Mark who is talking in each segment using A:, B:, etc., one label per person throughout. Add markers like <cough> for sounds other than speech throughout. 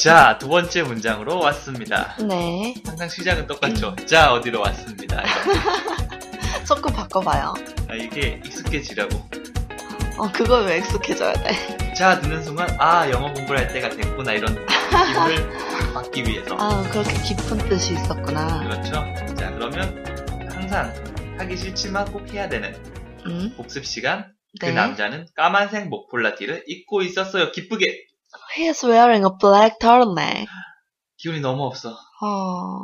A: 자, 두 번째 문장으로 왔습니다.
B: 네.
A: 항상 시작은 똑같죠.
B: 음.
A: 자, 어디로 왔습니다. 이거.
B: 조금 바꿔봐요.
A: 아, 이게 익숙해지라고.
B: 어, 그걸 왜 익숙해져야 돼?
A: 자, 듣는 순간, 아, 영어 공부를 할 때가 됐구나. 이런
B: <laughs>
A: 느낌을 받기 위해서.
B: 아, 그렇게 깊은 뜻이 있었구나.
A: 그렇죠. 자, 그러면 항상 하기 싫지만 꼭 해야 되는
B: 음?
A: 복습 시간. 그
B: 네.
A: 남자는 까만색 목폴라티를 입고 있었어요. 기쁘게.
B: He is wearing a black turtleneck.
A: 기운이 너무 없어.
B: 어.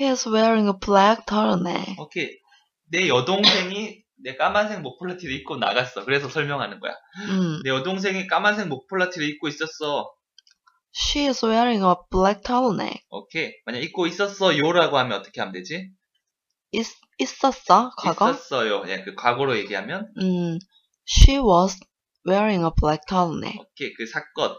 B: He is wearing a black turtleneck.
A: 오케이. 내 여동생이 내 까만색 목폴라티를 입고 나갔어. 그래서 설명하는 거야.
B: 음.
A: 내 여동생이 까만색 목폴라티를 입고 있었어.
B: She is wearing a black turtleneck.
A: 오케이. 만약 입고 있었어 요라고 하면 어떻게 하면 되지?
B: 있, 있었어? 과거?
A: 있었어요. 예, 그 과거로 얘기하면
B: 음. She was wearing a black turtleneck.
A: 오케이. 그 사건,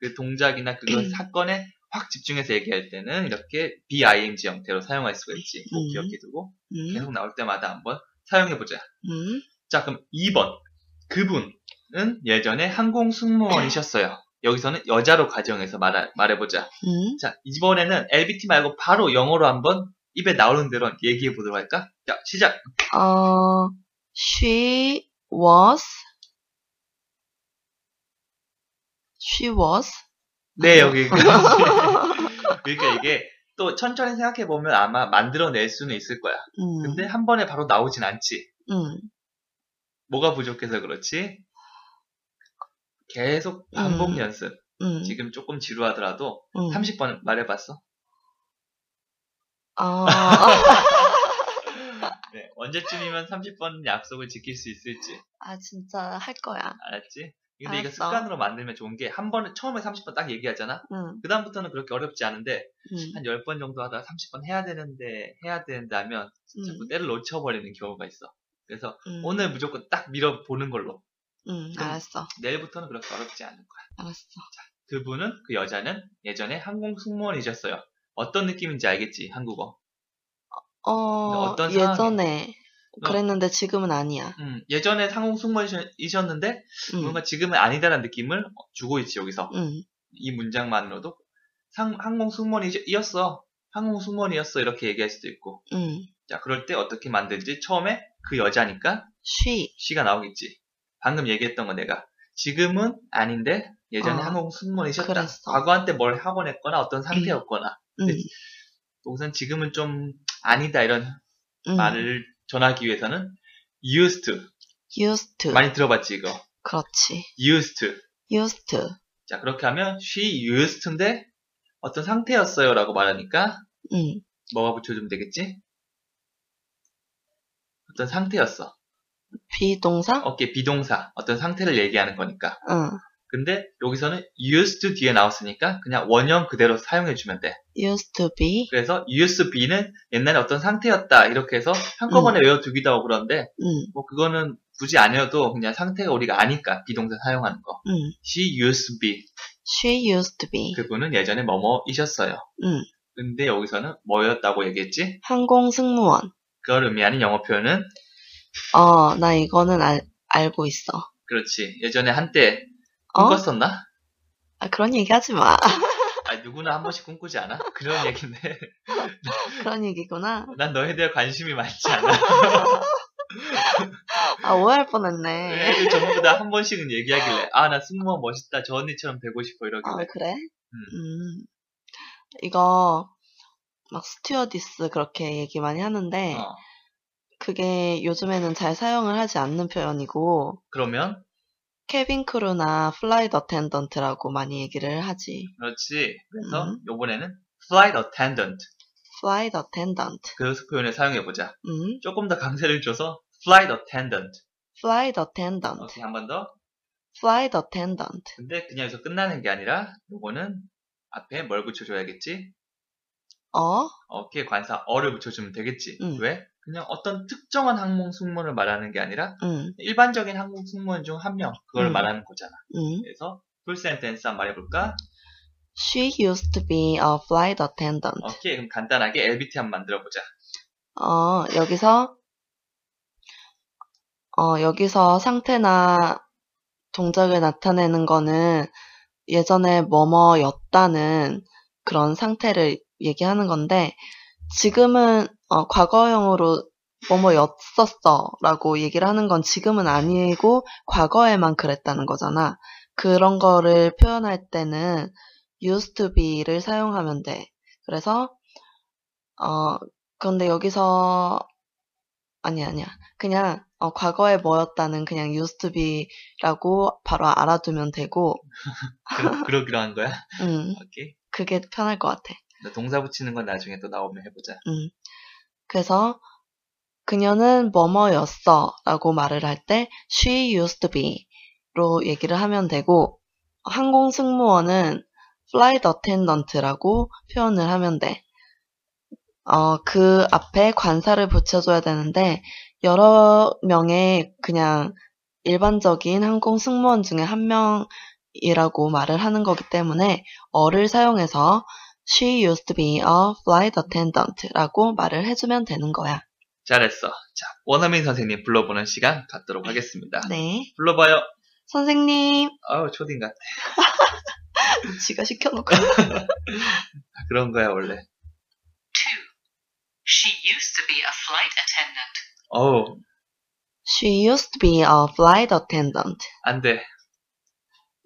A: 그 동작이나 그
B: 음.
A: 사건에 확 집중해서 얘기할 때는 이렇게 be-ing 형태로 사용할 수가 있지. 꼭
B: 음.
A: 기억해두고
B: 음.
A: 계속 나올 때마다 한번 사용해보자.
B: 음.
A: 자, 그럼 2번. 그분은 예전에 항공 승무원이셨어요. 여기서는 여자로 가정해서 말 말해보자.
B: 음.
A: 자, 이번에는 LBT 말고 바로 영어로 한번 입에 나오는 대로 얘기해 보도록 할까? 자, 시작!
B: 어. She was. She was. 음,
A: 네, <laughs> 여기까지. 그러니까 이게 또 천천히 생각해 보면 아마 만들어낼 수는 있을 거야.
B: 음.
A: 근데 한 번에 바로 나오진 않지.
B: 음.
A: 뭐가 부족해서 그렇지? 계속 반복
B: 음.
A: 연습.
B: 음.
A: 지금 조금 지루하더라도
B: 음.
A: 30번 말해봤어? <laughs>
B: 아,
A: 네, 언제쯤이면 30번 약속을 지킬 수 있을지.
B: 아, 진짜 할 거야.
A: 알았지? 근데 이거
B: 알았어.
A: 습관으로 만들면 좋은 게 한 번에 처음에 30번 딱 얘기하잖아.
B: 응,
A: 그다음부터는 그렇게 어렵지 않은데
B: 응,
A: 한 10번 정도 하다가 30번 해야 되는데 해야 된다면 자꾸 때를 놓쳐버리는 경우가 있어. 그래서
B: 응,
A: 오늘 무조건 딱 밀어보는 걸로. 좀-
B: 응, 음. 알았어,
A: 내일부터는 그렇게 어렵지 않을 거야.
B: 알았어.
A: 그분은 그 여자는 예전에 항공 승무원이셨어요. 어떤 느낌인지 알겠지? 한국어.
B: 어,
A: 어떤 상황이- 어.
B: 예전에 그랬는데 지금은 아니야. 음,
A: 음, 예전에 항공 승무원이셨는데
B: 응,
A: 뭔가 지금은 아니다라는 느낌을 주고 있지 여기서.
B: 응,
A: 이 문장만으로도 상- 항공 승무원이었어. 항공 승무원이었어. 이렇게 얘기할 수도 있고.
B: 응.
A: 자, 그럴 때 어떻게 만들지? 처음에 그 여자니까
B: She,
A: she가 나오겠지. 방금 얘기했던 거 내가. 지금은 아닌데 예전에
B: 어,
A: 항공 승무원이셨다.
B: 그랬어. 음.
A: 과거한테 뭘 하곤 했거나 어떤 상태였거나.
B: 응,
A: 네, 우선 지금은 좀 아니다 이런
B: 응.
A: 말을 전하기 위해서는 used to.
B: used to,
A: 많이 들어봤지 이거.
B: 그렇지.
A: used to.
B: used to,
A: 자, 그렇게 하면 she used to인데 어떤 상태였어요 라고 말하니까
B: 응,
A: 뭐가 붙여주면 되겠지? 어떤 상태였어.
B: 비동사,
A: 어깨 비동사. 어떤 상태를 얘기하는 거니까.
B: 응,
A: 근데 여기서는 used to 뒤에 나왔으니까 그냥 원형 그대로 사용해주면 돼.
B: used to be,
A: 그래서 used be는 옛날에 어떤 상태였다. 이렇게 해서 한꺼번에 외워두기도 하고 그런데
B: 응,
A: 뭐 그거는 굳이 아니어도 그냥 상태가 우리가 아니까 비동사 사용하는 거.
B: 응.
A: she used to be.
B: She used to be,
A: 그분은 예전에 뭐뭐이셨어요.
B: 응.
A: 근데 여기서는 뭐였다고 얘기했지?
B: 항공 승무원.
A: 그걸 의미하는 영어 표현은
B: 어, 나 이거는 알, 알고 있어.
A: 그렇지. 예전에 한때
B: 어?
A: 꿈꿨었나?
B: 아, 그런 얘기 하지 마. <laughs>
A: 아, 누구나 한 번씩 꿈꾸지 않아? 그런 얘기인데. <laughs>
B: 그런 얘기구나.
A: 난 너에 대해 관심이 많지 않아.
B: 아, 오해할 뻔했네.
A: 애들 전부 다 한 번씩은 얘기하길래, 아, 나 승무원 멋있다. 저 언니처럼 되고 싶어.
B: 아,
A: 이러길래.
B: 그래? 음. 이거, 막, 스튜어디스 그렇게 얘기 많이 하는데,
A: 어,
B: 그게 요즘에는 잘 사용을 하지 않는 표현이고,
A: 그러면,
B: 캐빈 크루나 플라이트 어텐던트라고 많이 얘기를 하지.
A: 그렇지. 그래서,
B: 음.
A: 요번에는 flight attendant.
B: 플라이트 어텐던트.
A: 그 표현을 사용해보자.
B: 음.
A: 조금 더 강세를 줘서, flight attendant.
B: 플라이트 어텐던트.
A: 오케이, 한 번 더.
B: 플라이트 어텐던트.
A: 근데 그냥 여기서 끝나는 게 아니라, 요거는 앞에 뭘 붙여줘야겠지?
B: 어?
A: 오케이, 관사 어를 붙여주면 되겠지.
B: 음.
A: 왜? 그냥 어떤 특정한 항공 승무원을 말하는 게 아니라,
B: 음.
A: 일반적인 한국 승무원 중 한 명, 그걸
B: 음.
A: 말하는 거잖아.
B: 음.
A: 그래서 풀센텐스 한번 말해볼까?
B: She used to be a flight attendant.
A: 오케이, 그럼 간단하게 LBT 한번 만들어보자.
B: 어, 여기서, 어, 여기서 상태나 동작을 나타내는 거는 예전에 뭐뭐였다는 그런 상태를 얘기하는 건데, 지금은 어, 과거형으로 뭐뭐였었어 라고 얘기를 하는 건 지금은 아니고 과거에만 그랬다는 거잖아. 그런 거를 표현할 때는 used to be를 사용하면 돼. 그래서, 어, 그런데 여기서, 아니, 아니야. 그냥, 어, 과거에 뭐였다는 그냥 used to be라고 바로 알아두면 되고, <laughs>
A: 그러, 그러기로 한 거야?
B: 음,
A: 오케이.
B: 그게 편할 것 같아.
A: 나 동사 붙이는 건 나중에 또 나오면 해보자.
B: 그래서 그녀는 뭐뭐였어 라고 말을 할 때 she used to be 로 얘기를 하면 되고 항공 승무원은 flight attendant라고 표현을 하면 돼. 어, 그 앞에 관사를 붙여줘야 되는데 여러 명의 그냥 일반적인 항공 승무원 중에 한 명이라고 말을 하는 거기 때문에 어를 사용해서 She used to be a flight attendant라고 말을 해주면 되는 거야.
A: 잘했어. 자, 원어민 선생님 불러보는 시간 갖도록 하겠습니다.
B: 네.
A: 불러봐요.
B: 선생님,
C: <clears throat>
A: 아우, 초딩 같아.
B: 지가 시켜놓고.
A: 아, 그런 거야, 원래.
C: She used to be a flight attendant.
A: 어우,
B: She used to be a flight attendant.
A: 안 돼.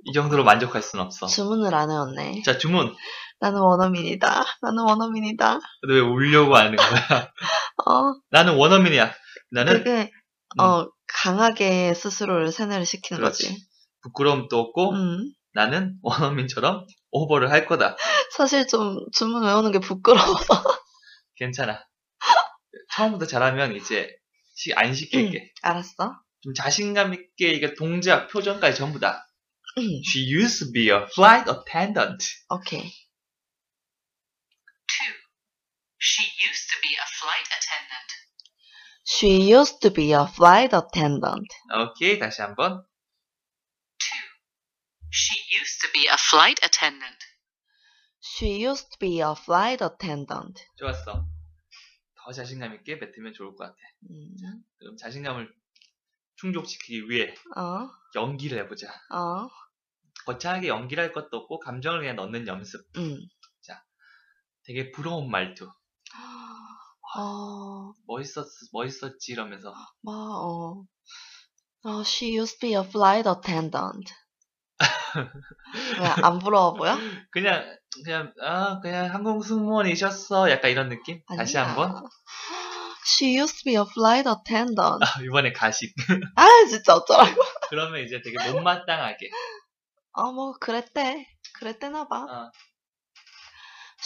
A: 이 정도로 만족할 순 없어.
B: 주문을 안 해왔네.
A: 자, 주문.
B: 나는 원어민이다. 나는 원어민이다.
A: 근데 왜 울려고 하는 거야? <laughs>
B: 어,
A: 나는 원어민이야. 나는 음,
B: 되게,
C: 음.
B: 어, 강하게 스스로를 세뇌를 시키는 거지.
A: 부끄러움도
C: 어?
A: 없고,
B: 음.
A: 나는 원어민처럼 오버를 할 거다.
B: 사실 좀 주문 외우는 게 부끄러워서. <laughs>
A: 괜찮아. 처음부터 잘하면 이제 시- 안
B: 음.
A: 시킬게.
B: 알았어. <clears throat>
A: 좀 자신감 있게 이게 동작, 표정까지 전부 다.
B: 음.
A: She used to be a flight attendant.
B: 오케이.
C: She used to be a flight attendant.
B: She used to be a flight attendant.
A: 오케이, 다시 한번.
C: She used to be a flight attendant.
B: She used to be a flight attendant.
A: 좋았어. 더 자신감 있게 뱉으면 좋을 것 같아.
B: 음.
A: 그럼 자신감을 충족시키기 위해
B: 어,
A: 연기를 해보자.
B: 어,
A: 거창하게 연기를 할 것도 없고 감정을 그냥 넣는 연습.
B: <gasps> 음.
A: 되게 부러운 말투.
B: 어,
A: 멋있었, 멋있었지 이러면서.
B: 뭐, 어. 어, Oh, she used to be a flight attendant. 왜 안
C: <laughs>
B: 부러워 보여?
A: 그냥, 그냥, 아, 그냥 항공승무원이셨어. 약간 이런 느낌? 다시
B: 아니야. <gasps>
A: 한번.
B: She used to be a flight attendant.
A: 아, 이번에 가식.
B: 아, 진짜 어쩌라고.
A: 그러면 이제 되게 못마땅하게.
B: 어, 뭐, 그랬대. 그랬대나 봐.
A: 어.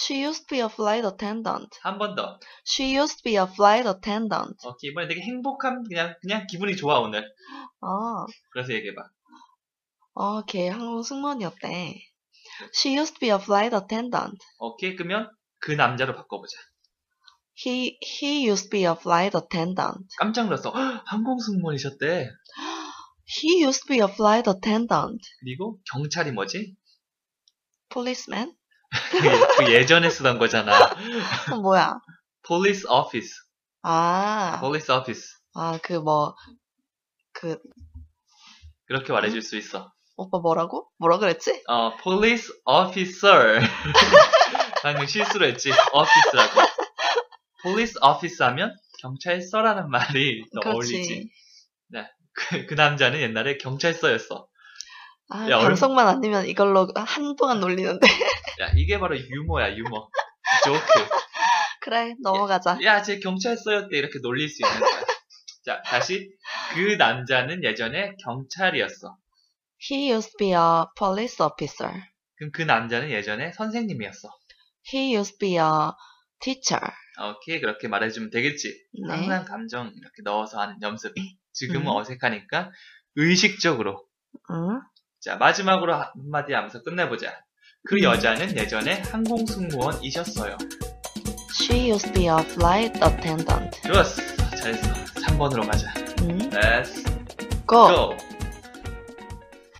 B: She used to be a flight attendant.
A: 한 번 더.
B: She used to be a flight attendant.
A: 오케이. 이번에 되게 행복한, 그냥, 그냥 기분이 좋아, 오늘.
B: 어,
A: 그래서 얘기해봐.
B: 어, 걔 한국 승무원이었대. She used to be a flight attendant.
A: 오케이. 끄면 그 남자로 바꿔보자.
B: He, he used to be a flight attendant.
A: 깜짝 놀랐어. 헉, 항공승무원이셨대.
B: He used to be a flight attendant.
A: 그리고 경찰이 뭐지?
B: Policeman?
A: 그 예- 그 예전에 쓰던 거잖아.
B: 어, 뭐야?
A: police office,
B: 아,
A: police office.
B: 아, 그 뭐, 그,
A: 그렇게 말해줄 수 있어.
B: 오빠 뭐라고? 뭐라 그랬지?
A: 어, police officer. <laughs> 방금 실수로 했지. office라고. police office 하면 경찰서라는 말이 더 어울리지. 그, 그 남자는 옛날에 경찰서였어.
B: 아,
A: 야, 얼-
B: 방송만 아니면 이걸로 한동안 놀리는데. <laughs>
A: 야, 이게 바로 유머야, 유머. 조크.
B: 그래, 넘어가자.
A: 야, 쟤 경찰서였대. 이렇게 놀릴 수 있는 거야. 자, 다시. 그 남자는 예전에 경찰이었어.
B: He used to be a police officer.
A: 그럼 그 남자는 예전에 선생님이었어.
B: He used to be a teacher.
A: 오케이, 그렇게 말해주면 되겠지.
B: 네.
A: 항상 감정 이렇게 넣어서 하는 연습. 지금은
B: 음.
A: 어색하니까 의식적으로.
B: 응?
A: 자, 마지막으로 한마디 하면서 끝내보자.
B: 음.
A: 그 여자는 예전에 항공승무원이셨어요.
B: She used to be a flight attendant.
A: 좋았어. 잘했어. 3번으로 가자.
B: 응?
A: Let's
B: Go!
A: go!